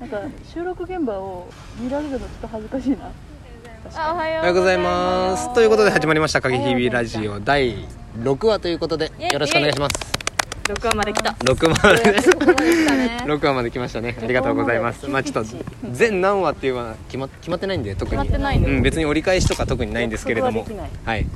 なんか収録現場を見られるのちょっと恥ずかしいなあおはおよはようございますということで始まりました「影おはようございま日々ラすジオ」第6話ということでイエイよろしくお願いします録話まで来た6話までここまで来たね6話まで来ましたねありがとうございますまあちょっと全何話っていうのは決ま決まってないんで特に決まってないのうん、別に折り返しとか特にないんですけれども約束はではい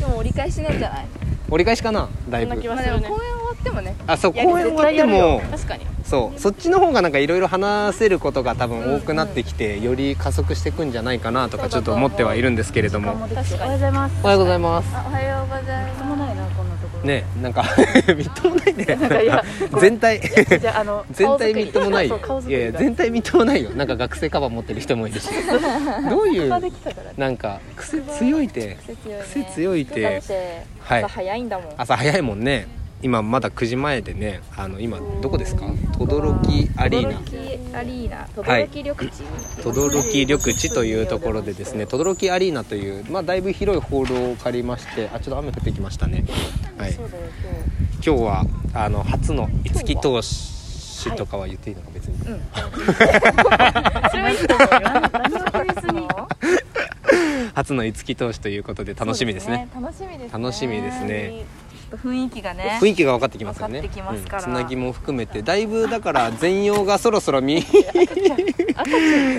でも折り返しなんじゃない折り返しかなだいそんな気ぶはまあでも公演終わってもねあそういやでも公演終わっても確かにそうそっちの方がなんかいろいろ話せることが多分多くなってきて、より加速していくんじゃないかなとかちょっと思ってはいるんですけれどももできて確おかはにようございますおはようございますあおはようございともまないなこんなところねなんか みっともないねんかいや 全体じゃああの 全体みっともないそうよ顔作いりやがいや全体みっともないよなんか学生カバン持ってる人もい るしどうい顔でうきたからねなんか癖強いてす強いね癖強いてだってはい朝早いんだもん朝早いもんね今まだ9時前でねあの今どこですか轟きアリーナ轟アリーナはい轟緑地轟き緑地というところでですね轟きアリーナという、まあ、だいぶ広いホールを借りましてあちょっと雨降ってきましたね、はい、そうだよ今日はあの初の五木投手とかは言っていいのか別に、それはいいと思うよ今日何を確認初の五木投手ということで 楽しみですね楽しみですね楽しみですねちょっと雰囲気がね雰囲気が分かってきますよね分かってきますからうんつなぎも含めてだいぶだから全容がそろそ ろ見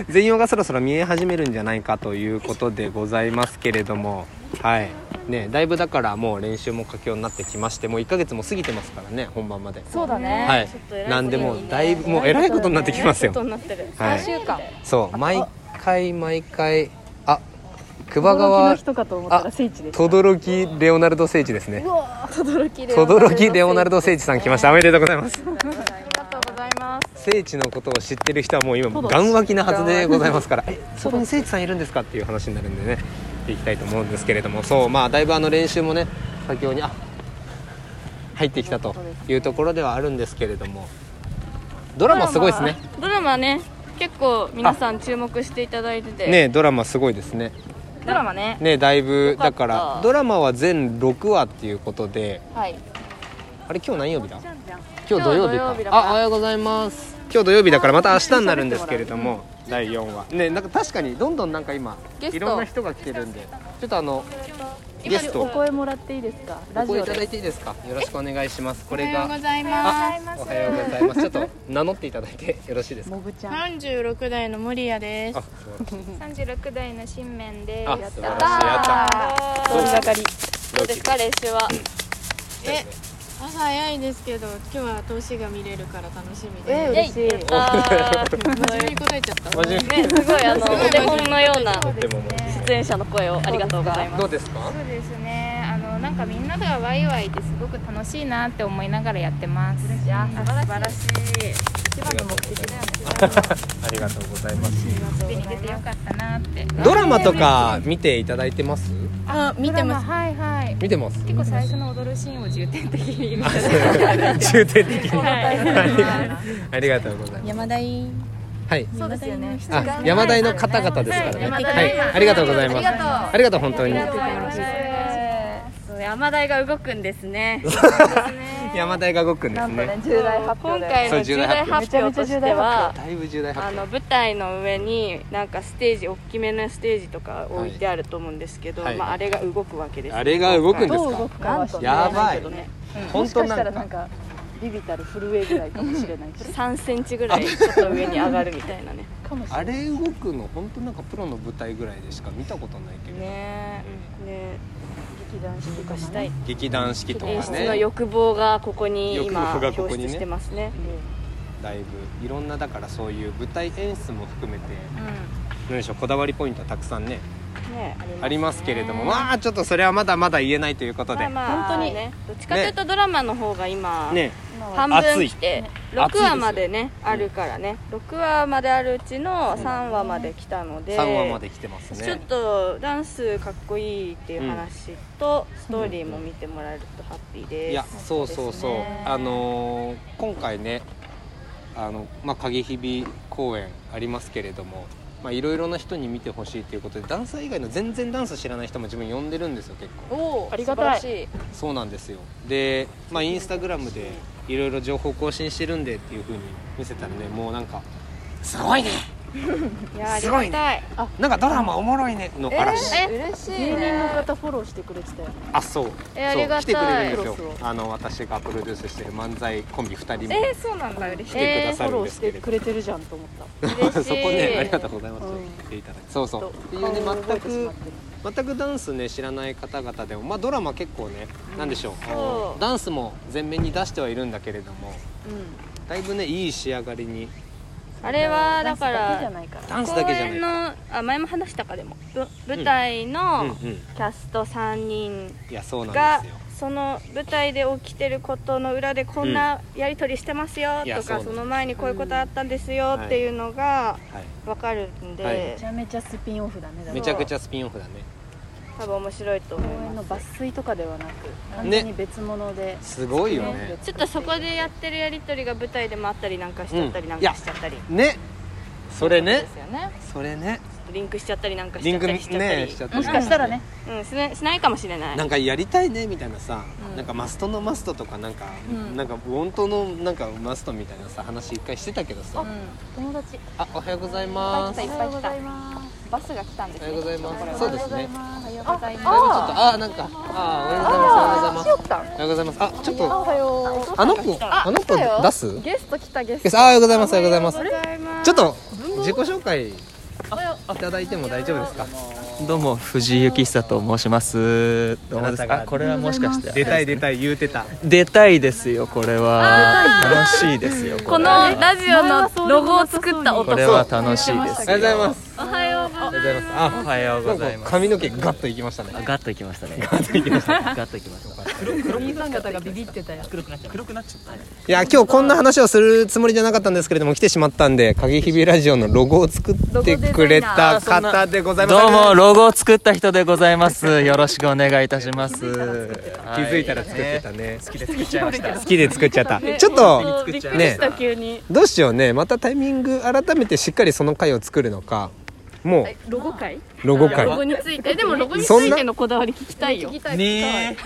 全容がそろそろ見え始めるんじゃないかということでございますけれどもはいねだいぶだからもう練習も佳境になってきましてもう1ヶ月も過ぎてますからね本番までそうだねはいちょっと偉いことにねなんでもうだいぶもうえらいことになってきますよことになってるはい3週間そう毎回毎回あ久保驚きの川人かと思ったらあ聖地でした轟きレオナルド聖地ですね轟き轟きレオナルド聖地さん来ましたおめでとうございますありがとうございます聖地のことを知ってる人はもう今ガンワキなはずでございますからえ そこに聖地さんいるんですかっていう話になるんでね行きたいと思うんですけれどもそうまあだいぶあの練習もね先ほどにあ入ってきたというところではあるんですけれどもドラマすごいですねドラマね結構皆さん注目していただいてて、ねドラマすごいですねドラマねねだいぶかだったからドラマは全6話っていうことではいあれ今日何曜日だ今日土曜日今日土曜日かだからあおはようございます今日土曜日だからまた明日になるんですけれども 第4話ねなんか確かにどんどんなんか今ゲストいろんな人が来てるんでちょっとあのゲストお声もらっていいですかラおジオ声いただでいていいですかよろしくお願いしますこれおはようがございあまおはようございますちょっと名乗っていただいて よろしいですかモブちすゃん三十六代の森谷ですあ素晴らしい三十六代の新麺であす素晴らしいやった通りがかりどどうでうですすかか練習はえ朝早いですけど今日は投資が見れるから楽しみえで嬉しいやったーす真面目に答えちゃった真面目ねすごいあのお手本のような でもも出演者の声をありがとうございまうどうですかそうですね。あのなんかみんながワイワイですごく楽しいなって思いながらやってます。いや素晴らしい。ありがとうございますありがとうございます手に出てよかったなって。ドラマとか見ていただいてますあ見てますす。はいはい。見てます結構最初の踊るシーンを重点的に見て。す重点的にはありがとうございます山田いはいすそうですよねあ、山大の方々ですからね。山は大い、ありがとうございます。ありがとうありがとう、本当に。そう山田が動くんです ね山大が動くんですね。重大発今表で回の重大発表としてはだいぶ重大あ発の舞台の上になんかステージ大きめのステージとか置いてあると思うんですけど、はいまあ、あれが動くわけで表。すあれが動くんでどう動すくか。かは知らなやばいいけどね。も本しか当したならんなんか。かビビたる震えぐらいかもしれないし3センチぐらいちょっと上に上がるみたいな ねかもしれなあいれ動くの、本当なんかプロの舞台ぐらいでしか見たことないけど。ねね劇団四季とかししたたいい劇団四季とか演出のね。欲望がここに今欲望が表ここにね出してますねだいぶ、いろんなだから、そういう舞台演出も含めて。何でしょう、こだわりポイントはたくさんね。ねありますけれども、まあ、ちょっとそれはまだまだ言えないということまであ。まあ本当にねどっちかというとドラマの方が今、ね。半分来て熱い6話までねあるからね6話まであるうちの3話まで来たので三話まで来てますね。ちょっとダンスかっこいいっていう話と、ストーリーも見てもらえるとハッピーですいやそうそうそう、あのー今回ねあの、まあ、影ひび公演ありますけれどもまあいろいろな人に見てほしいということでダンサー以外の全然ダンス知らない人も自分呼んでるんですよ結構おありがたい素晴らしそうなんですよで、まあ、インスタグラムでいろいろ情報更新してるんでっていうふうに見せたらねもうなんかすごいねいやあすりごいがたいなんかドラマおもろいねの嵐、え嬉しい、芸人の方フォローしてくれてたよねあそうえあそりうがたい来てくれるんですクよロスあの私がプロデュースしてる漫才コンビ2人もえー、そうなんだ嬉来しいてくだフさォるんローでしすけてれどくれてるじゃんと思った嬉しい そこねありがとうございます、うん来ていただいてそうそうっていう顔ねを覚全えてしまっくてる全くダンスね知らない方々でもまあドラマ結構ね、なんでしょうそうダンスも前面に出してはいるんだけれどもうだいぶねいい仕上がりにあれはだかダンスだけじゃらないからダンス公だけじゃない演のあ前も話したかでもぶ舞台うんうのんキャスト3人いやそうなんがですよその舞台で起きてることの裏でこんなやり取りしてますよいやとそうか、なんですその前にこういうことあったんですよっていうのがはい分かるんで、はいめちゃめちゃスピンオフだねだからめちゃくちゃスピンオフだね多分面白いと思公い園のま抜す粋とかではなく完全に別物で、すごいよねねちょっとそこでやってるやり取りが舞台でもあったりなんかしちゃったりなんかしちゃったり、ねそれねですよねそれねリンクしちゃったりなんかしリちゃンっクたねりしちゃったり、しちゃったもしかしたらねうん、しないしないかもしれないなんかやりたいねみたいなさ、うんなんかマストのマストとかなんか、うんなんか本当のなんかマストみたいなさ話一回してたけどさ、友達いっあおはようございますぱい来たいっぱい来たバスが来たんでおはようございますそうですねおはようございあまなんかちょっとあなんかあおはようございますおはようございますおはようございますあちょっすとおはようあの子あの子出すゲスト来たゲスよしあおはようございますおはようございますちちょっと自己紹介あいただいても大丈夫ですかどうも藤井幸久と申します。どうもであなすたがあこれはもしかして出たい出たい言うてた出たいですよこれは楽しいですよここれのはラジオのロゴを作ったこ男れは楽しいでおす。はようございますすおはようござおはよいまうございますあおはようございなんまかす。髪の毛ガッといきましたねあガッといきましたね。ガッといきました。ガッといきました。いや今日こんな話をするつもりじゃなかったんですけれども来てしまったんで影ひびラジオのロゴを作ってくれた方でございますどうもロゴを作った人でございます。よろしくお願いいたします。気気づいたら作ってたね好きで作っちゃいました。好きで作っちゃったちょっと作っちゃいまねした。急にどうしようねまたタイミング改めてしっかりその回を作るのかもうすロゴ会ロゴロゴ回についてえでもロゴにつそんいなてのこだわり聞きたいよね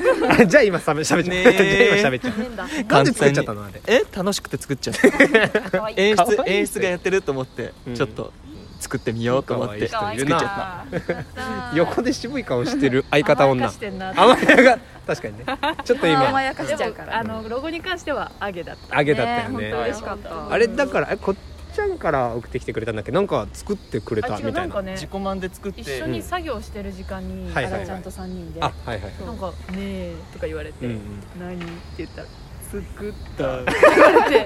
じゃあ今しゃべしゃべっちゃうねじゃあ今しゃべっちゃうえ。なんで作っちゃったのあれえ楽しくて作っちゃった演かわいい出演出がやってると思ってうんちょっと作ってみようと思ってかわ作いい人っちいるゃなった横で渋い顔してる相方女甘やが確かにねちょっ と今やかしちゃうからあのロゴに関してはアゲだった。あげだったよね本当嬉しかった。あれだからえこっちゃんから送ってきてくれたんだっけなんか作ってくれたあ違うみなたいんかなね自己満で作って一緒に作業してる時間うにんはあいはいはいらちゃんと三人であなんはいはいはかねえとか言われい、てうんうん、何って言ったら作っだて言われて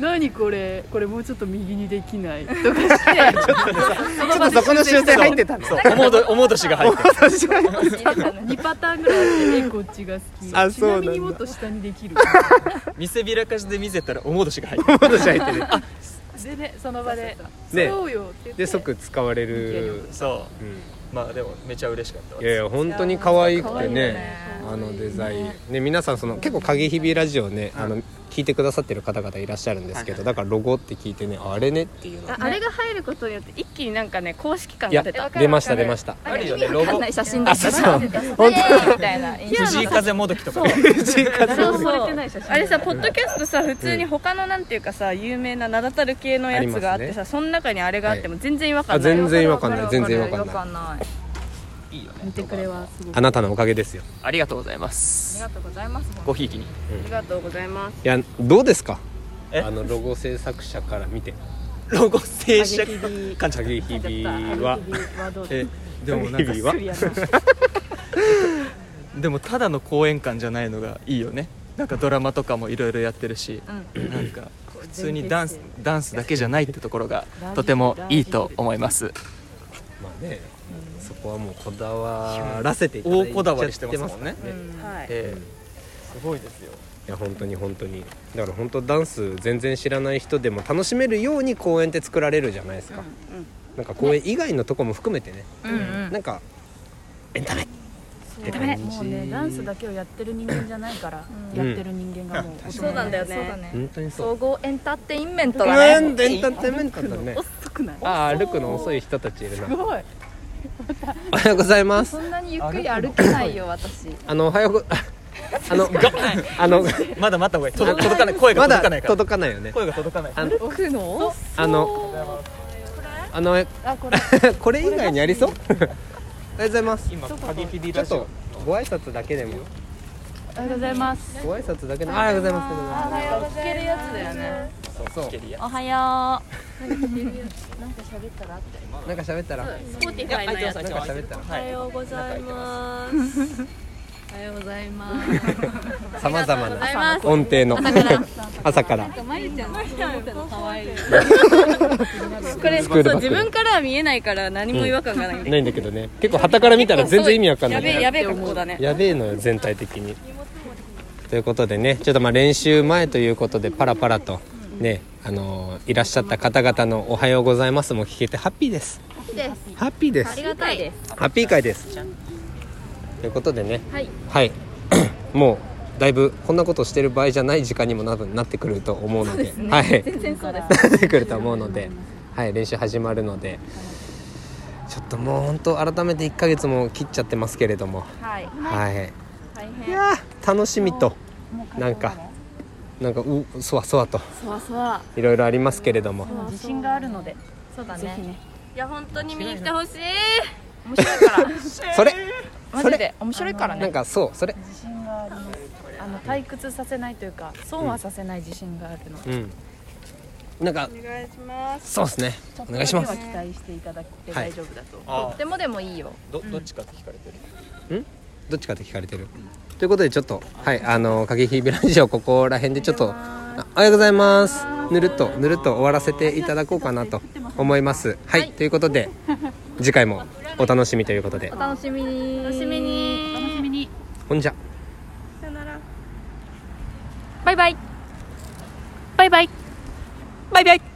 何これこれもうちょっと右にできない とかしてちょっとそこの修正入ってたんですそうおもどおもどしが入ってる 二パターンぐらいあってえこっちが好き。あちそうななんだみにもっと下にできる。見せびらかしで見せたらおもどしが入っおてもどし入ってねでねその場でねそうよって言 って。で即使われるる、そううんまあでもめちゃ嬉しかったわいやいや本当に可愛くてねあのデザインね皆さんその結構影ひびラジオね、あの聞いてくださってる方々いらっしゃるんですけど、だからロゴって聞いてねあれねっていうのああれが入ることによって一気になんかね公式感いやが出た出ました出ましたあるよねロゴ写真だそうそう本みたいな印象藤井風もどきとかねそうそうあれさポッドキャストさ普通に他のなんていうかさ有名な名だたる系のやつがあってありますねさその中にあれがあっても全然違和当あ感ない全然わかんない全然わかんなないいいいよね見てくれはすごいあなたのおかげですよありがとうございますありがとうございますごひいきにありがとうございますいやどうですかえあのロゴ制作者から見てロゴ制作過激感じ影ひびははどうえでもなんか影ひびはでもただの公演感じゃないのがいいよねなんかドラマとかもいろいろやってるし、なんか普通にダンスダンスだけじゃないってところがとてもいいと思いますまあねそこはもうこだわらせていただい大ちゃってこだわりしてますもんねはいええすごいですよいや本当に本当にだから本当ダンス全然知らない人でも楽しめるように公演って作られるじゃないですか、なんか公演以外のとこも含めてねなんかエンタメって感じもうねダンスだけをやってる人間じゃないから、やってる人間がもう、そうなんだよね本当にそう総合エンターテインメントだねうんエンターテインメントだね遅くないああ歩くの遅い人たちいるなすごいおはようございますそんなにゆっくり歩けないよ私あのおはようごあのがあの まだ待った方がいい届届かない声がま届だかないから届かないよね声が届かないあの置くのあのあのあこれ これ以外にありそうありがとうございます今鍵ピリちょラっジオとご挨拶だけでもありがとうございますご挨拶だけでもありがとうございます聞けるやつだよねそうけるやおはよなんか喋ったらうスポーティファイのやつなんか喋ったらおはようございますおはようございますさまざまなございます音程の朝からこれスそクールうバッグ自分からは見えないから何も違和感がないんだけどないんだけどね結構旗から見たら全然意味わかんないやべえやべえ格好だねやべえのよ全体的にということでねちょっとまあ練習前ということでパラパラとねあのーいらっしゃった方々の「おはようございます」も聞けてハッピーですハッピーですありがたいですハッピー会ですということでねはい、 もうだいぶこんなことしてる場合じゃない時間にもななってくると思うのではい全然そうですなってくると思うので、はい、練習始まるのでちょっともう本当改めて1ヶ月も切っちゃってますけれどもはいはい、大い変やー楽しみとなんかなんかうそわそわといろいろありますけれども自信があるのでそうだねいや本当に見に来てほしい面白い からそれマそジれで面白いからなんねかそうそれ自信がありますあの退屈させないというか損はさせない自信があるのでうんなんかお願いしますそうですねお願いします期待していただいてはい大丈夫だと思うとってもでもいいよどどっちかって聞かれてるどっちかって聞かれてる。ということでちょっとはいあの影ひびラジオここら辺でちょっとあおはようございます。ぬるっとぬるっと終わらせていただこうかなと思います。はい、ということで次回もお楽しみということでお楽しみに楽しみにほんじゃ。バイバイバイバイバイバイ